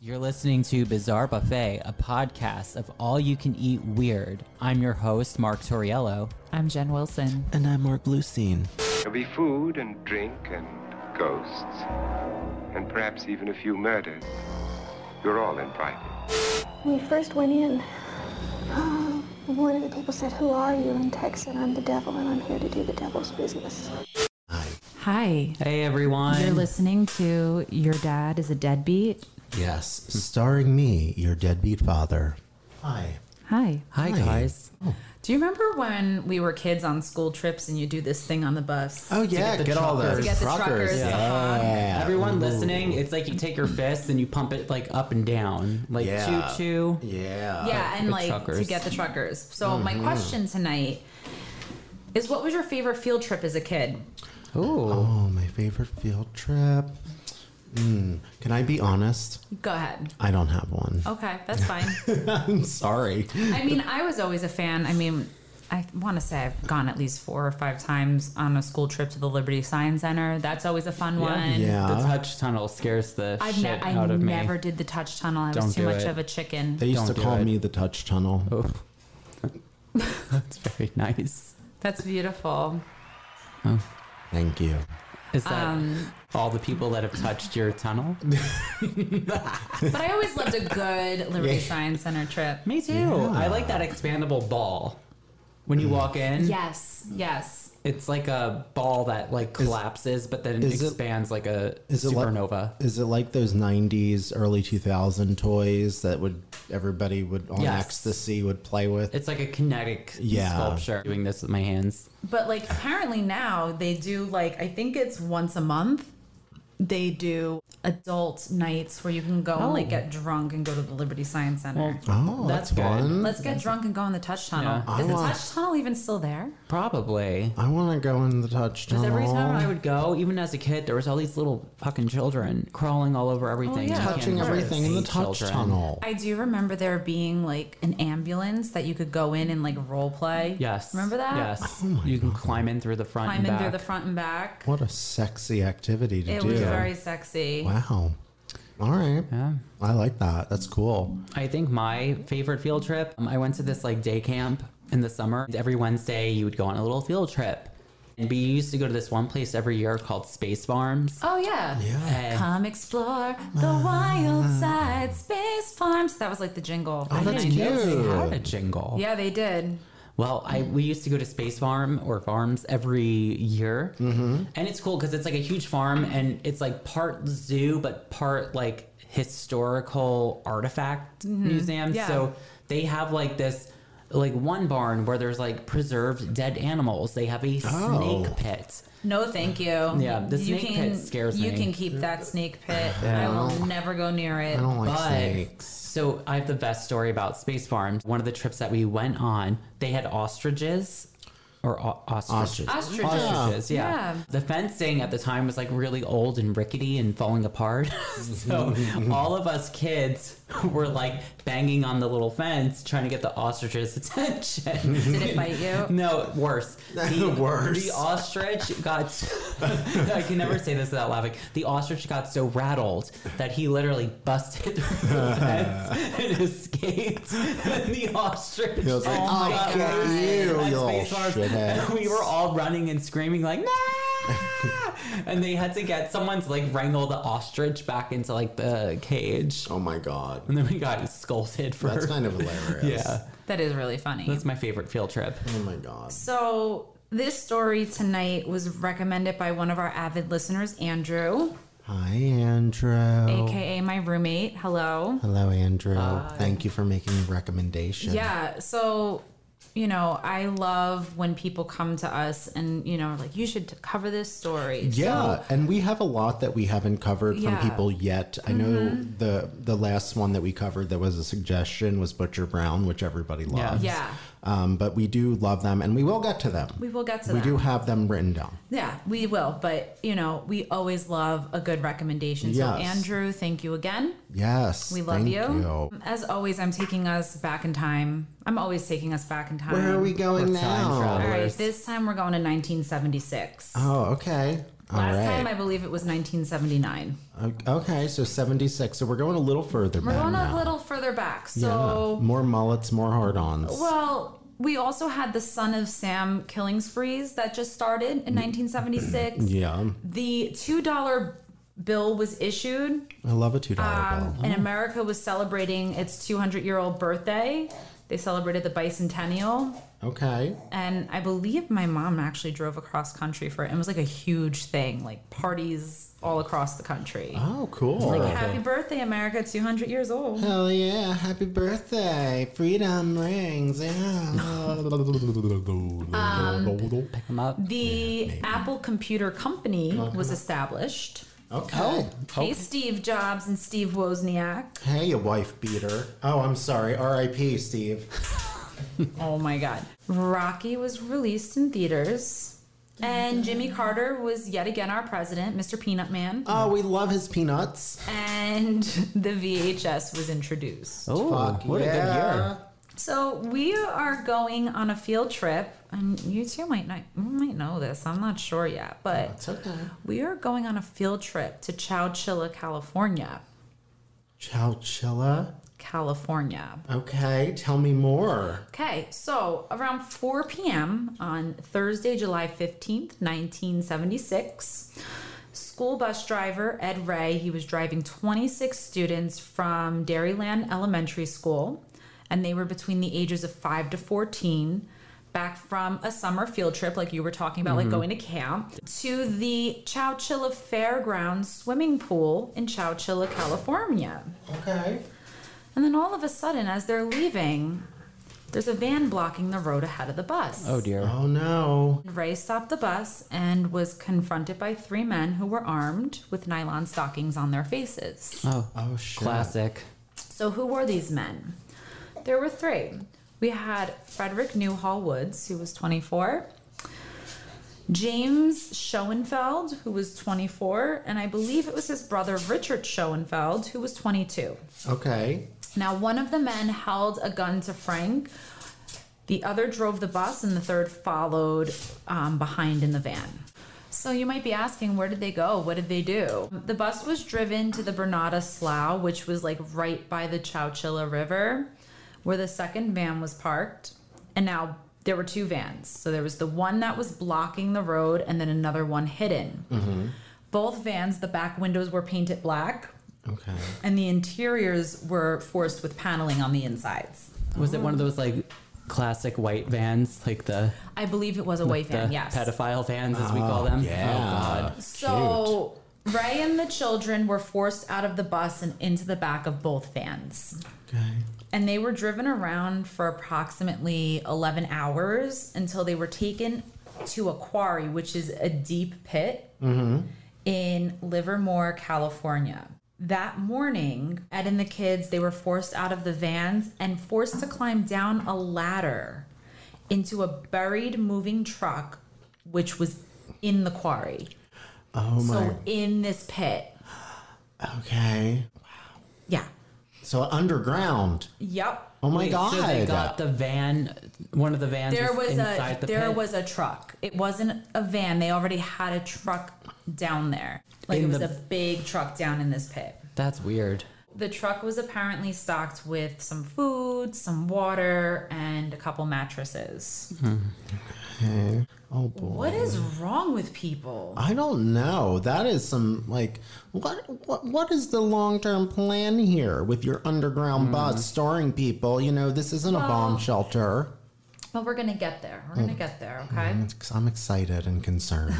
You're listening to Bizarre Buffet, a podcast of all you can eat weird. I'm your host, Mark Torriello. I'm Jen Wilson. And I'm Mark Bluestein. There'll be food and drink and ghosts, and perhaps even a few murders. You're all invited. When we first went in, uh, one of the people said, Who are you? And Tex said, I'm the devil and I'm here to do the devil's business. Hi. Hey, everyone. You're listening to Your Dad is a Deadbeat. Yes, starring me, your deadbeat father. Hi. Hi. Hi, Hi. guys. Do you remember when we were kids on school trips and you do this thing on the Uh, bus? Oh yeah, the get, all truckers. the To get the truckers. truckers, Yeah. uh-huh. Everyone listening, it's like you take your fist and you pump it like up and down, like Yeah. choo choo. Yeah. yeah, and the like to truckers. get the truckers. So my Mm-hmm. question tonight is what was your favorite field trip as a kid? Ooh, Oh, my favorite field trip. Mm, Can I be honest? Go ahead. I don't have one. Okay, that's fine. I'm sorry. I mean, I was always a fan. I mean, I want to say I've gone at least four or five times on a school trip to the Liberty Science Center. That's always a fun one. the Yeah. touch tunnel scares the I've shit ne- I out of never me. did the touch tunnel. I Don't was too do much it. of a chicken. They used Don't to do call it. me the touch tunnel. Oh. That's very nice. That's beautiful. Thank you. Is that Um, all the people that have touched your tunnel? But I always loved a good Liberty Yeah. Science Center trip. Me too. I like that expandable ball. When you walk in, Yes, yes. it's like a ball that like collapses, but then it is it- expands like a Is it like- supernova. Is it like those '90s, early 2000 toys that would everybody would on Yes. ecstasy would play with? it's like a kinetic Yeah. sculpture. Doing this with my hands. But like apparently now they do like I think it's once a month. They do adult nights where you can go and like get drunk and go to the Liberty Science Center. oh, that's that's, Oh. good. fun. Let's get drunk and go in the touch tunnel. Yeah. Is I the want- touch tunnel even still there? Probably. I want to go in the touch tunnel. Because every time I would go, even as a kid, there was all these little fucking children crawling all over everything. yeah. You can't Oh, touching really everything in see the touch children. tunnel. I do remember there being like an ambulance that you could go in and like role play. Yes. Remember that? Yes. Oh my you can climb in through the front. Climb and in back. through the front and back. What a sexy activity to It do. was very sexy. wow. All right. Yeah. I like that. That's cool. I think my favorite field trip, um, I went to this like day camp in the summer. And Every Wednesday, you would go on a little field trip. And we used to go to this one place every year called Space Farms. Oh yeah. Yeah. And Come explore the wild side space farms. That was like the jingle. Oh, that's cute. had a jingle. Yeah, they did. Well, I we used to go to Space Farm or farms every year, mm-hmm. and it's cool because it's like a huge farm and it's like part zoo but part like historical artifact museum. Yeah. So they have like this. Like one barn where there's like preserved dead animals. They have a Oh. snake pit. No, thank you. Yeah, the snake pit scares you me. can keep that snake pit. I will never go near it. I don't like But snakes. so I have the best story about Space Farms. One of the trips that we went on, they had ostriches or o- ostriches. Ostriches. Ostriches, yeah. Yeah. The fencing at the time was like really old and rickety and falling apart. so all of us kids were like banging on the little fence trying to get the ostrich's attention. Did it bite you? No, worse. The, Worse. The ostrich got. I can never say this without laughing. The ostrich got so rattled that he literally busted through the fence and escaped. And the ostrich. Oh He was like, my I'll God. get Oh, you, At you old Space Force. And shithead. we were all running and screaming like, nah! and they had to get someone to like wrangle the ostrich back into like the cage. Oh my God. And then we got scolded for. That's kind of hilarious. yeah. That is really funny. That's my favorite field trip. Oh my God. so this story tonight was recommended by one of our avid listeners, Andrew, Hi, Andrew. aka my roommate. Hello. Hello, Andrew. Thank you for making a recommendation. Yeah. So, you know, I love when people come to us and, you know, are like, you should t- cover this story. Yeah, and we have a lot that we haven't covered Yeah. Mm-hmm. from people yet. I know the the last one that we covered that was a suggestion was Butcher Brown, which everybody loves. Yeah. Um, but we do love them, and we will get to them. We will get to We that. do have them written down. Yeah, we will. But, you know, we always love a good recommendation. So, Yes. Andrew, thank you again. Yes, We love thank you. Um, As always, I'm taking us back in time. I'm always taking us back in time. Where are we going Time now? travel. All right, Always. this time we're going to 1976. Oh, okay. All Last right. time I believe it was 1979. O- Okay, so 76. So we're going a little further We're back going now. a little further back. Yeah. So, more mullets, more hard-ons. well, we also had the Son of Sam killing sprees that just started in 1976. yeah, The $2 bill was issued I love a two dollar um, bill. and America was celebrating its 200 year old birthday. They celebrated the bicentennial, Okay, and I believe my mom actually drove across country for it. It was like a huge thing, like parties all across the country. oh cool. Happy birthday, America! 200 years old. Hell Oh, yeah! Happy birthday! Freedom rings. Yeah. Pick them up. The Apple Computer Company was established. Oh, okay. Hey, Steve Jobs and Steve Wozniak. Hey, you wife beater. Oh, I'm sorry. R.I.P. Steve. Oh my God. Rocky was released in theaters. And Jimmy Carter was yet again our president, Mr. Peanut Man. Oh, we love his peanuts. and the VHS was introduced. Oh, Fuck what a good yeah. year. So we are going on a field trip, and you two might not you might know this. I'm not sure yet, but It's okay. we are going on a field trip to Chowchilla, California. Chowchilla. California. Okay, tell me more. Okay, so around 4 p.m. on Thursday, July 15th, 1976, school bus driver Ed Ray, he was driving 26 students from Dairyland Elementary School, and they were between the ages of 5 to 14, back from a summer field trip, like you were talking about, like going to camp, to the Chowchilla Fairgrounds swimming pool in Chowchilla, California. Okay. And then all of a sudden, as they're leaving, there's a van blocking the road ahead of the bus. Oh dear. Oh no. Ray stopped the bus and was confronted by three men who were armed with nylon stockings on their faces. Oh, Oh shit. classic. So, who were these men? There were three. We had Frederick Newhall Woods, who was 24, James Schoenfeld, who was 24, and I believe it was his brother Richard Schoenfeld, who was 22. Okay. Now, one of the men held a gun to Frank. The other drove the bus, and the third followed um, behind in the van. So you might be asking, where did they go? What did they do? The bus was driven to the Bernada Slough, which was like right by the Chowchilla River, where the second van was parked. And now there were two vans. So there was the one that was blocking the road, and then another one hidden. Both vans, the back windows were painted black Okay. and the interiors were forced with paneling on the insides. Was it one of those like classic white vans, like the, I believe it was a white the van, yes. pedophile vans as we call them? Oh, Oh, Yeah. Oh, so Ray and the children were forced out of the bus and into the back of both vans. Okay. And they were driven around for approximately 11 hours until they were taken to a quarry, which is a deep pit Mm-hmm. in Livermore, California. That morning, Ed and the kids, they were forced out of the vans and forced to climb down a ladder into a buried moving truck, which was in the quarry. Oh my. So in this pit. okay. Yeah. So underground. Yep. Oh my Wait, god. So they got the van, one of the vans there was inside a the there pit? was a truck. It wasn't a van. They already had a truck down there. Like In it was the- a big truck down in this pit. That's weird. The truck was apparently stocked with some food, some water, and a couple mattresses. oh boy. What is wrong with people? I don't know. That is some like what what what is the long term plan here with your Hmm. underground bus storing people? You know, this isn't a bomb shelter. But we're gonna get there. We're Mm. gonna get there, okay? Mm-hmm. I'm excited and concerned.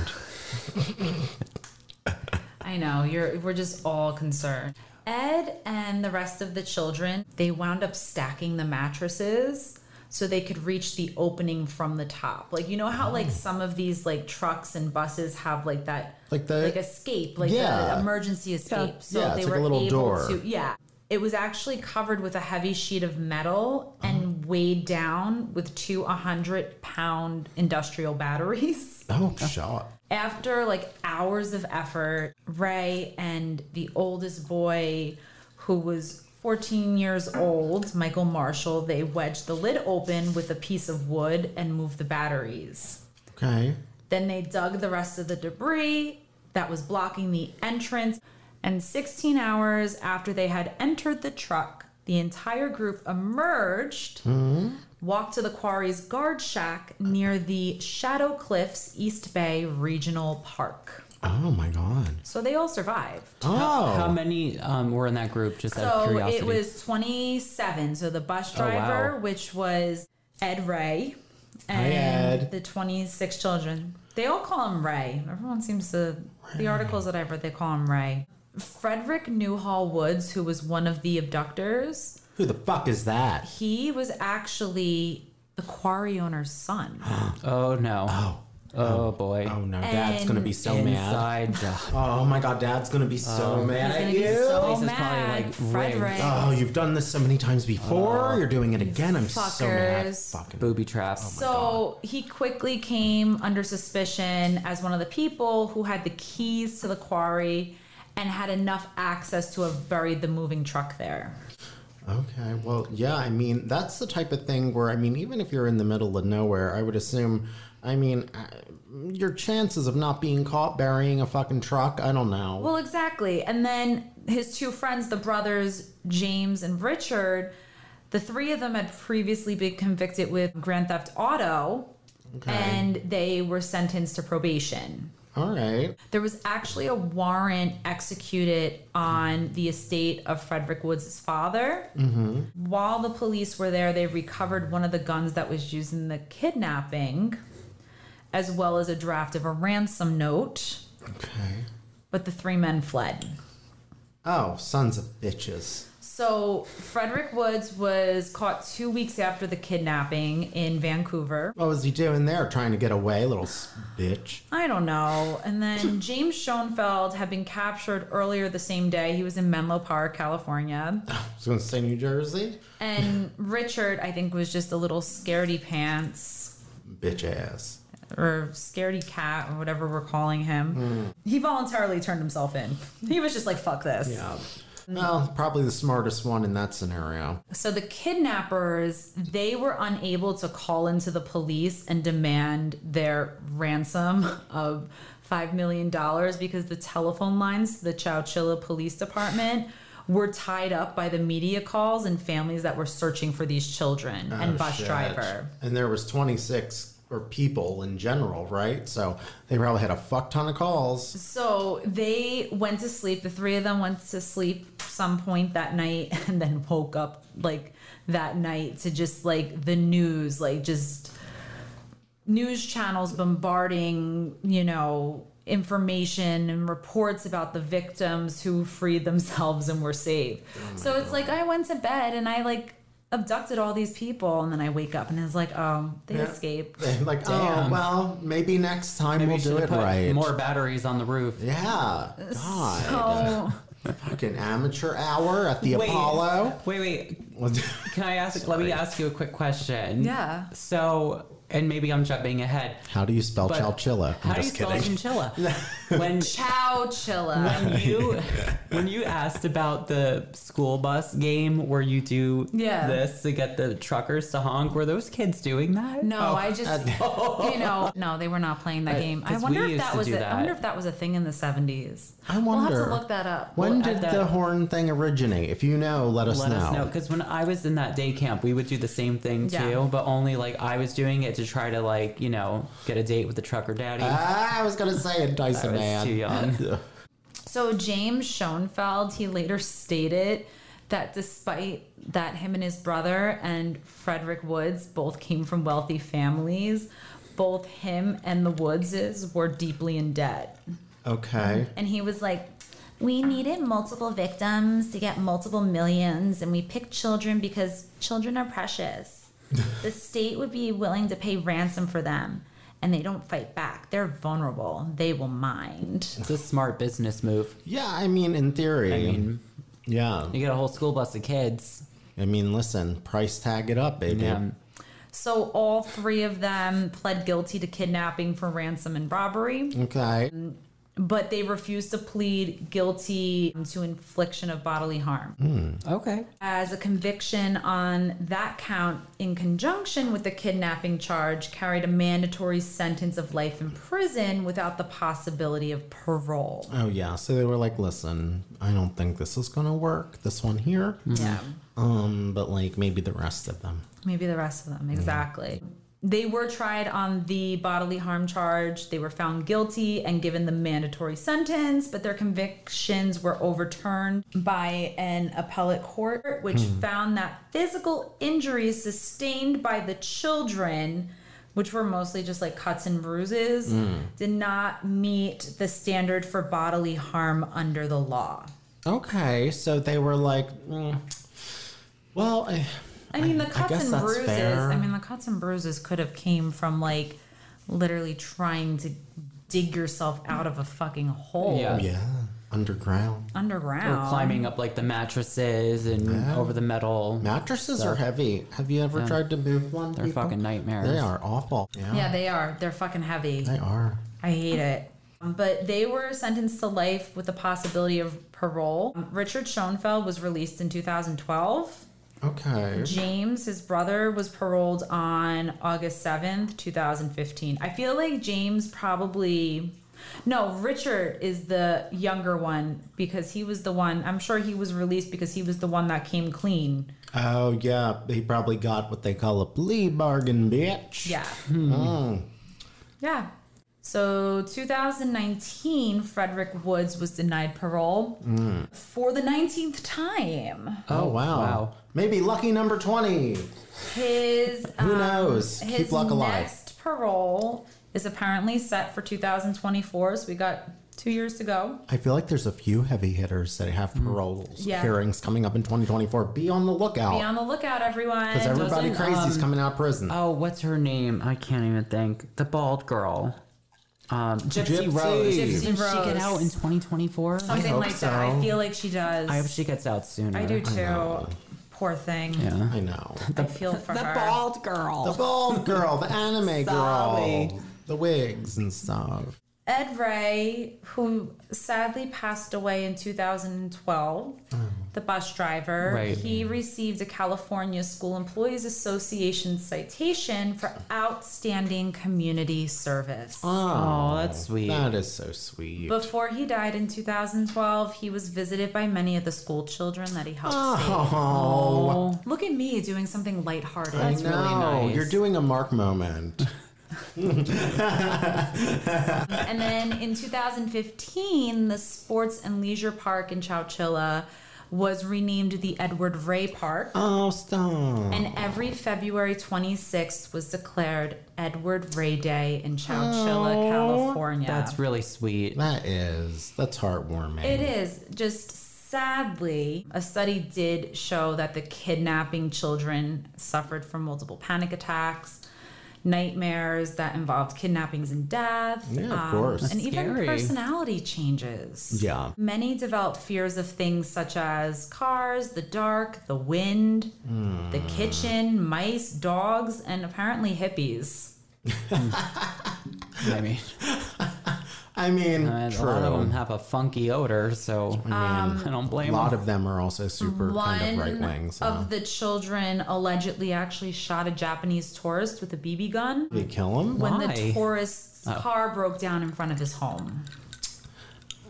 I know. You're we're just all concerned. Ed and the rest of the children, they wound up stacking the mattresses so they could reach the opening from the top. Like you know Oh. how like some of these like trucks and buses have like that Like the- like escape, like Yeah. the emergency escape. So Yeah, they it's were like a little able door. to yeah. It was actually covered with a heavy sheet of metal Uh-huh. and weighed down with two 100 pound industrial batteries. oh shot. After like hours of effort, Ray and the oldest boy, who was 14 years old, Michael Marshall, they wedged the lid open with a piece of wood and moved the batteries. Okay. Then they dug the rest of the debris that was blocking the entrance. And 16 hours after they had entered the truck, the entire group emerged, walked to the quarry's guard shack near the Shadow Cliffs East Bay Regional Park. Oh my god. So they all survived. Oh. How many um, were in that group? Just out of So curiosity. Oh, it was 27. So the bus driver, wow. which was Ed Ray, and Ed. the 26 children. They all call him Ray. Everyone seems to, the articles that I've read, they call him Ray. Frederick Newhall Woods, who was one of the abductors, Who the fuck is that? he was actually the quarry owner's son. Oh no. Oh. boy. Oh no, dad's gonna be so mad. Inside job. Oh my god, dad's gonna be so Oh. He's mad at gonna you. be so Lisa's probably, mad. like, Frederick. rigged. oh, you've done this so many times before. You're doing it again. I'm so mad. Oh. fuckers. Fucking Booby Oh, traps. So he quickly came under suspicion as one of the people who had the keys to the quarry and had enough access to have buried the moving truck there. Okay, well, yeah, I mean, that's the type of thing where, I mean, even if you're in the middle of nowhere, I would assume, I mean, uh, your chances of not being caught burying a fucking truck, I don't know. Well, exactly. And then his two friends, the brothers James and Richard, the three of them had previously been convicted with Grand Theft Auto and they were sentenced to probation. All right. There was actually a warrant executed on the estate of Frederick Woods' father. While the police were there, they recovered one of the guns that was used in the kidnapping, as well as a draft of a ransom note. Okay. But the three men fled. Oh, sons of bitches. So Frederick Woods was caught two weeks after the kidnapping in Vancouver. What was he doing there trying to get away, little s- bitch? I don't know. And then James Schoenfeld had been captured earlier the same day. He was in Menlo Park, California. I was going to say New Jersey. And Richard, I think, was just a little scaredy pants Bitch ass. or scaredy cat or whatever we're calling him. Hmm. He voluntarily turned himself in. He was just like, fuck this. Yeah. Well, probably the smartest one in that scenario. So the kidnappers, they were unable to call into the police and demand their ransom of $5 million because the telephone lines, to the Chowchilla Police Department, were tied up by the media calls and families that were searching for these children and Oh, bus shit. driver. And there was 26 or people in general, right? So they probably had a fuck ton of calls. So they went to sleep. The three of them went to sleep some point that night, and then woke up like that night to just like the news, like just news channels bombarding, you know, information and reports about the victims who freed themselves and were saved. so it's like I went to bed and I like abducted all these people, and then I wake up and it's like, oh, they Yeah. escaped. like, oh Damn. well, maybe next time Maybe we'll you do should it put right. more batteries on the roof. yeah. God. So. Fucking amateur hour at the Wait. Apollo. Wait, wait. Can I ask? Let me ask you a quick question. Yeah. So, and maybe I'm jumping ahead. How do you spell But chalchilla? I'm How do you just spell kidding. chinchilla? when Chow chilla. when you when you asked about the school bus game where you do Yeah. this to get the truckers to honk, were those kids doing that? No, I just you know no, they were not playing that game. I 'cause wonder we if used that to was do a, I wonder that. if that was a thing in the seventies. I We'll have wonder. to look that up. When Well, at did that- the horn thing originate? If you know, let us Let know. us know because when I was in that day camp, we would do the same thing too, Yeah. but only like I was doing it to try to like you know get a date with the trucker daddy. Ah, I was gonna say it, Dyson I was man. too young. So James Schoenfeld, he later stated that despite that him and his brother and Frederick Woods both came from wealthy families, both him and the Woodses were deeply in debt. Okay. And he was like, We needed multiple victims to get multiple millions, and we picked children because children are precious. the state would be willing to pay ransom for them, and they don't fight back. They're vulnerable, they will mind. It's a smart business move. Yeah, I mean, in theory. yeah. You get a whole school bus of kids. I mean, listen, price tag it up, baby. Um, So, all three of them pled guilty to kidnapping for ransom and robbery. Okay. but they refused to plead guilty to infliction of bodily harm. Okay. As a conviction on that count, in conjunction with the kidnapping charge, carried a mandatory sentence of life in prison without the possibility of parole. Oh yeah, so they were like, "Listen, I don't think this is gonna work. This one here, Yeah. um, but like maybe the rest of them." Maybe the rest of them, exactly. They were tried on the bodily harm charge. They were found guilty and given the mandatory sentence, but their convictions were overturned by an appellate court, which found that physical injuries sustained by the children, which were mostly just like cuts and bruises, did not meet the standard for bodily harm under the law. Okay, so they were like, mm, "Well, I, I mean, the cuts guess and that's bruises. fair. I mean, the cuts and bruises could have came from like literally trying to dig yourself out of a fucking hole Yeah. yeah, underground underground. Or climbing up like the mattresses and over the metal. mattresses are heavy. Have you ever tried to move one? They're fucking nightmares. They are awful. Yeah, Yeah, they are. They're fucking heavy. they are. I hate it. Um, But they were sentenced to life with the possibility of parole. Um, Richard Schoenfeld was released in 2012. Okay, James, his brother, was paroled on August 7th, 2015. I feel like James probably. No, Richard is the younger one because he was the one. I'm sure he was released because he was the one that came clean. oh yeah, he probably got what they call a plea bargain, bitch. Yeah. Mm. Yeah. So 2019, Frederick Woods was denied parole for the 19th time. Oh wow. wow. maybe lucky number twenty. His who knows? Keep luck alive. Next parole is apparently set for 2024, so we got two years to go. I feel like there's a few heavy hitters that have Mm. parole Yeah. hearings coming up in 2024. Be on the Be lookout on the lookout, everyone. Oh. because everybody Doesn't, crazy's um, coming out of prison. Oh, what's her name? I can't even think. The bald girl. Um, Gypsy, Gypsy. Rose. Gypsy Didn't she get Rose. out in 2024? I Something hope like that. I so. feel like she does. hope she gets out sooner. I do too. know. Poor thing. Yeah. I know I feel for her. girl. the bald girl, the anime Sorry. girl, the wigs and stuff. Ed Ray, who sadly passed away in 2012, the bus driver, Mm. Right. he received a California School Employees Association citation for outstanding community service. oh, that's sweet. Ah, That is so sweet. Before he died in 2012, he was visited by many of the school children that he helped Ah. Oh, save. Look at me doing something lighthearted. That's no, really nice. you're doing a Mark moment. And then in 2015, the Sports and Leisure Park in Chowchilla was renamed the Edward Ray Park. Oh, stop. And every February 26th was declared Edward Ray Day in Chowchilla, California. That's really sweet. that is that's heartwarming. It is just sadly, a study did show that the kidnapping children suffered from multiple panic attacks, nightmares that involved kidnappings and death, um, Yeah, of course. and even Scary. personality changes. Yeah. Many develop fears of things such as cars, the dark, the wind, the Hmm. kitchen, mice, dogs, and apparently hippies. I mean, I mean, and a true. lot of them have a funky odor, so um, I don't blame a lot them. of them are also super kind of right wing. So of the children allegedly actually shot a Japanese tourist with a BB gun they kill him. when Why? the tourist's Oh. car broke down in front of his home.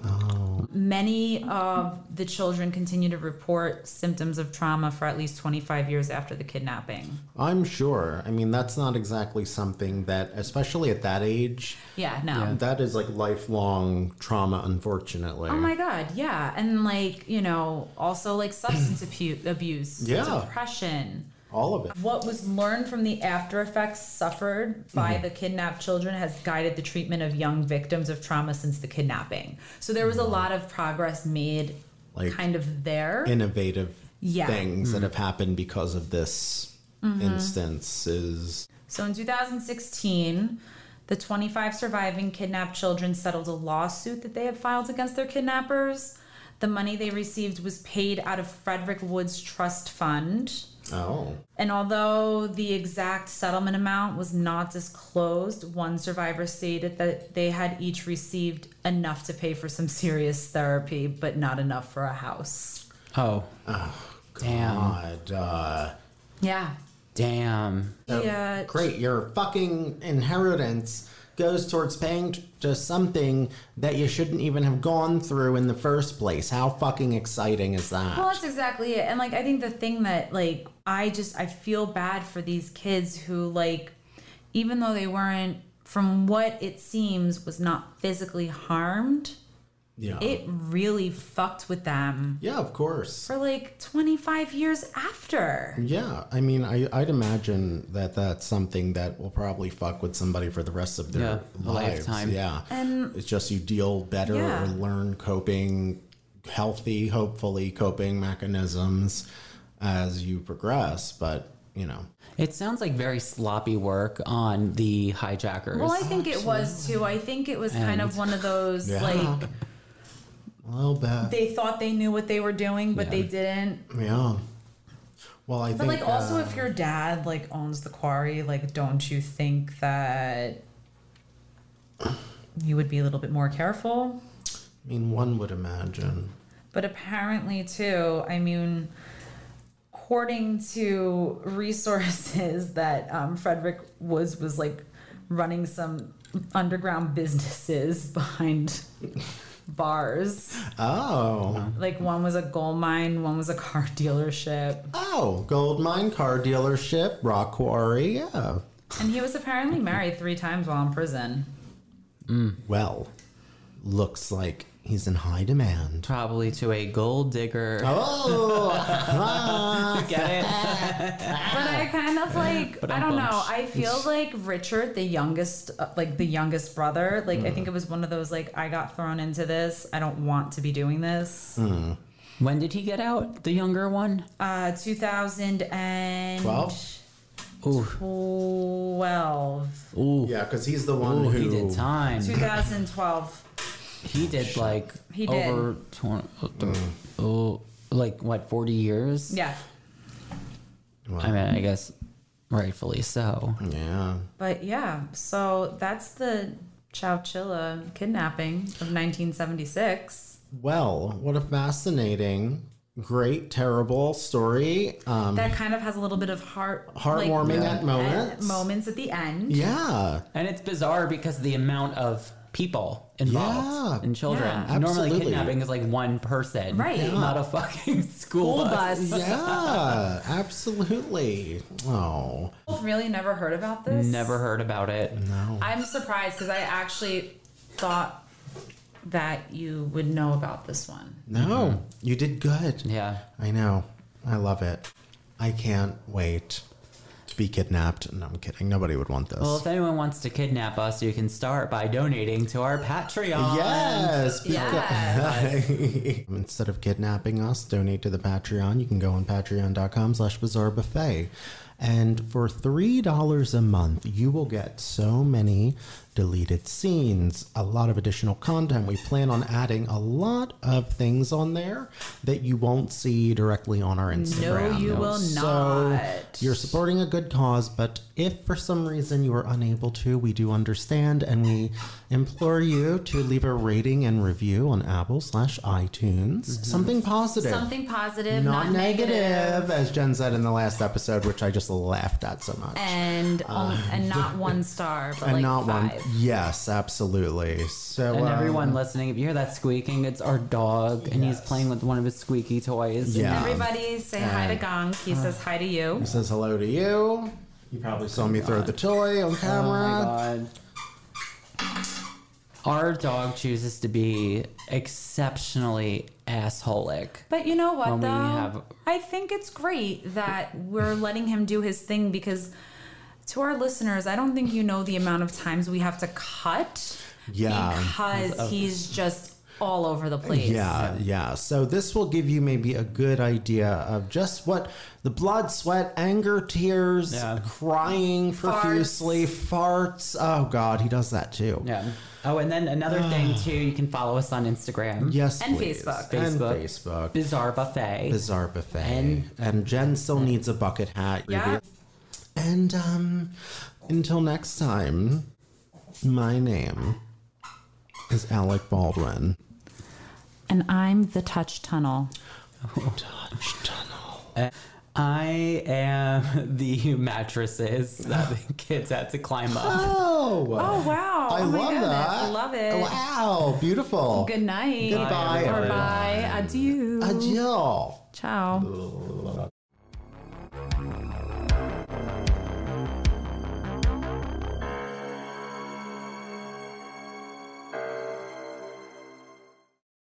Oh. Many of the children continue to report symptoms of trauma for at least 25 years after the kidnapping. I'm sure. I mean, that's not exactly something that, especially at that age, Yeah, no. that is like lifelong trauma, unfortunately. Oh my god, yeah. And like, you know, also like substance abu- abuse, Yeah. depression. All of it. What was learned from the after effects suffered by the kidnapped children has guided the treatment of young victims of trauma since the kidnapping. So there was a lot of progress made Like- kind of there. Innovative Yeah. Mm-hmm. things that have happened because of this instance is so in 2016, the 25 surviving kidnapped children settled a lawsuit that they had filed against their kidnappers. The money they received was paid out of Frederick Woods Trust Fund. Oh. And although the exact settlement amount was not disclosed, one survivor stated that they had each received enough to pay for some serious therapy, but not enough for a house. Oh, Damn. God. Uh, Yeah. damn. so Yeah. Great. Your fucking inheritance goes towards paying t- to something that you shouldn't even have gone through in the first place. How fucking exciting is that? Well, that's exactly it. And like, I think the thing that like I just I feel bad for these kids who like, even though they weren't, from what it seems, was not physically harmed. yeah. It really fucked with them yeah, of course. for like 25 years after. Yeah, I mean, I, I'd imagine that that's something that will probably fuck with somebody for the rest of their Yeah, a lives. lifetime. Yeah, it's just you deal better Yeah. or learn coping, healthy, hopefully coping mechanisms as you progress. But you know, It sounds like very sloppy work on the hijackers. Well, I think it was too. I think it was kind of one of those Yeah. like a little bit. they thought they knew what they were doing, but they didn't. yeah. Well, I But think like also, uh, if your dad like owns the quarry, like don't you think that you would be a little bit more careful? I mean, one would imagine. But apparently, too, I mean, according to resources that um, Frederick Woods was like running some underground businesses behind bars. Oh, Like one was a gold mine, one was a car dealership, oh, gold mine, car dealership, rock quarry. Yeah. and he was apparently married three times while in prison. Well, looks like he's in high demand. probably to a gold digger. Oh, Get it? But I kind of like I don't know. I feel like Richard, the youngest, uh, like the youngest brother. Like Mm. I think it was one of those like I got thrown into this. I don't want to be doing this. Mm. when did he get out? The younger one? Uh, 2012. Twelve? Ooh, 12. ooh, yeah, because he's the one ooh, who he did time. 2012. He did like He did. over 20, oh, like what, 40 years? Yeah. I mean, I guess rightfully so. Yeah, But yeah, so that's the Chowchilla kidnapping of 1976. Well, what a fascinating, great, terrible story. Um, That kind of has a little bit of heart Heartwarming at at moments. moments at the end. yeah, And it's bizarre because the amount of people involved Yeah. and children. Yeah. Normally Absolutely. kidnapping is like one person. Right. Yeah. Not a fucking school, bus. yeah, absolutely. Oh, I've really never heard about this. Never heard about it. I'm surprised because I actually thought that you would know about this one. no, you did good. Yeah. I know. I love it. I can't wait to be kidnapped. No, I'm kidding. Nobody would want this. Well, if anyone wants to kidnap us, you can start by donating to our Patreon. Yes. Yes. because- Instead of kidnapping us, donate to the Patreon. You can go on patreon.com slash bizarre buffet. And for $3 a month, you will get so many deleted scenes, a lot of additional content. We plan on adding a lot of things on there that you won't see directly on our Instagram. you will So not. you're supporting a good cause, but if for some reason you are unable to, we do understand, and we implore you to leave a rating and review on Apple slash iTunes. Something positive, Mm-hmm. Something positive, not, not, negative, negative. as Jen said in the last episode, which I just laughed at so much. and um, and not one star, but Uh, And like not five. one. Yes, absolutely. So And um, everyone listening, if you hear that squeaking, it's our dog, and he's playing with one of his squeaky toys. Yeah. Everybody say hi to Gong. He says hi to you. uh, says hello to you. You probably saw me throw the toy on Oh my camera. god. Our dog chooses to be exceptionally assholic. But you know what When we though? have- I think it's great that we're letting him do his thing because to our listeners, I don't think you know the amount of times we have to cut yeah. Uh, because he's just all over the place. Yeah, yeah. So this will give you maybe a good idea of just what the blood, sweat, anger, tears, Yeah. crying profusely, farts. Oh God, he does that too. Yeah. Oh, and then another thing too, you can follow us on Instagram. Yes, And please. Facebook. and Facebook. Facebook. Bizarre buffet. Bizarre buffet. And, And- Jen still needs a bucket hat. Yeah. And um, until next time, my name is Alec Baldwin. And I'm the touch tunnel. Touch tunnel. Uh, I am the mattresses that the kids had to climb up. Oh. Oh wow! I oh my love goodness. that. Love it. Wow, beautiful. Good night. Goodbye, Or everyone. bye. Adieu. Adieu. Ciao. Ugh.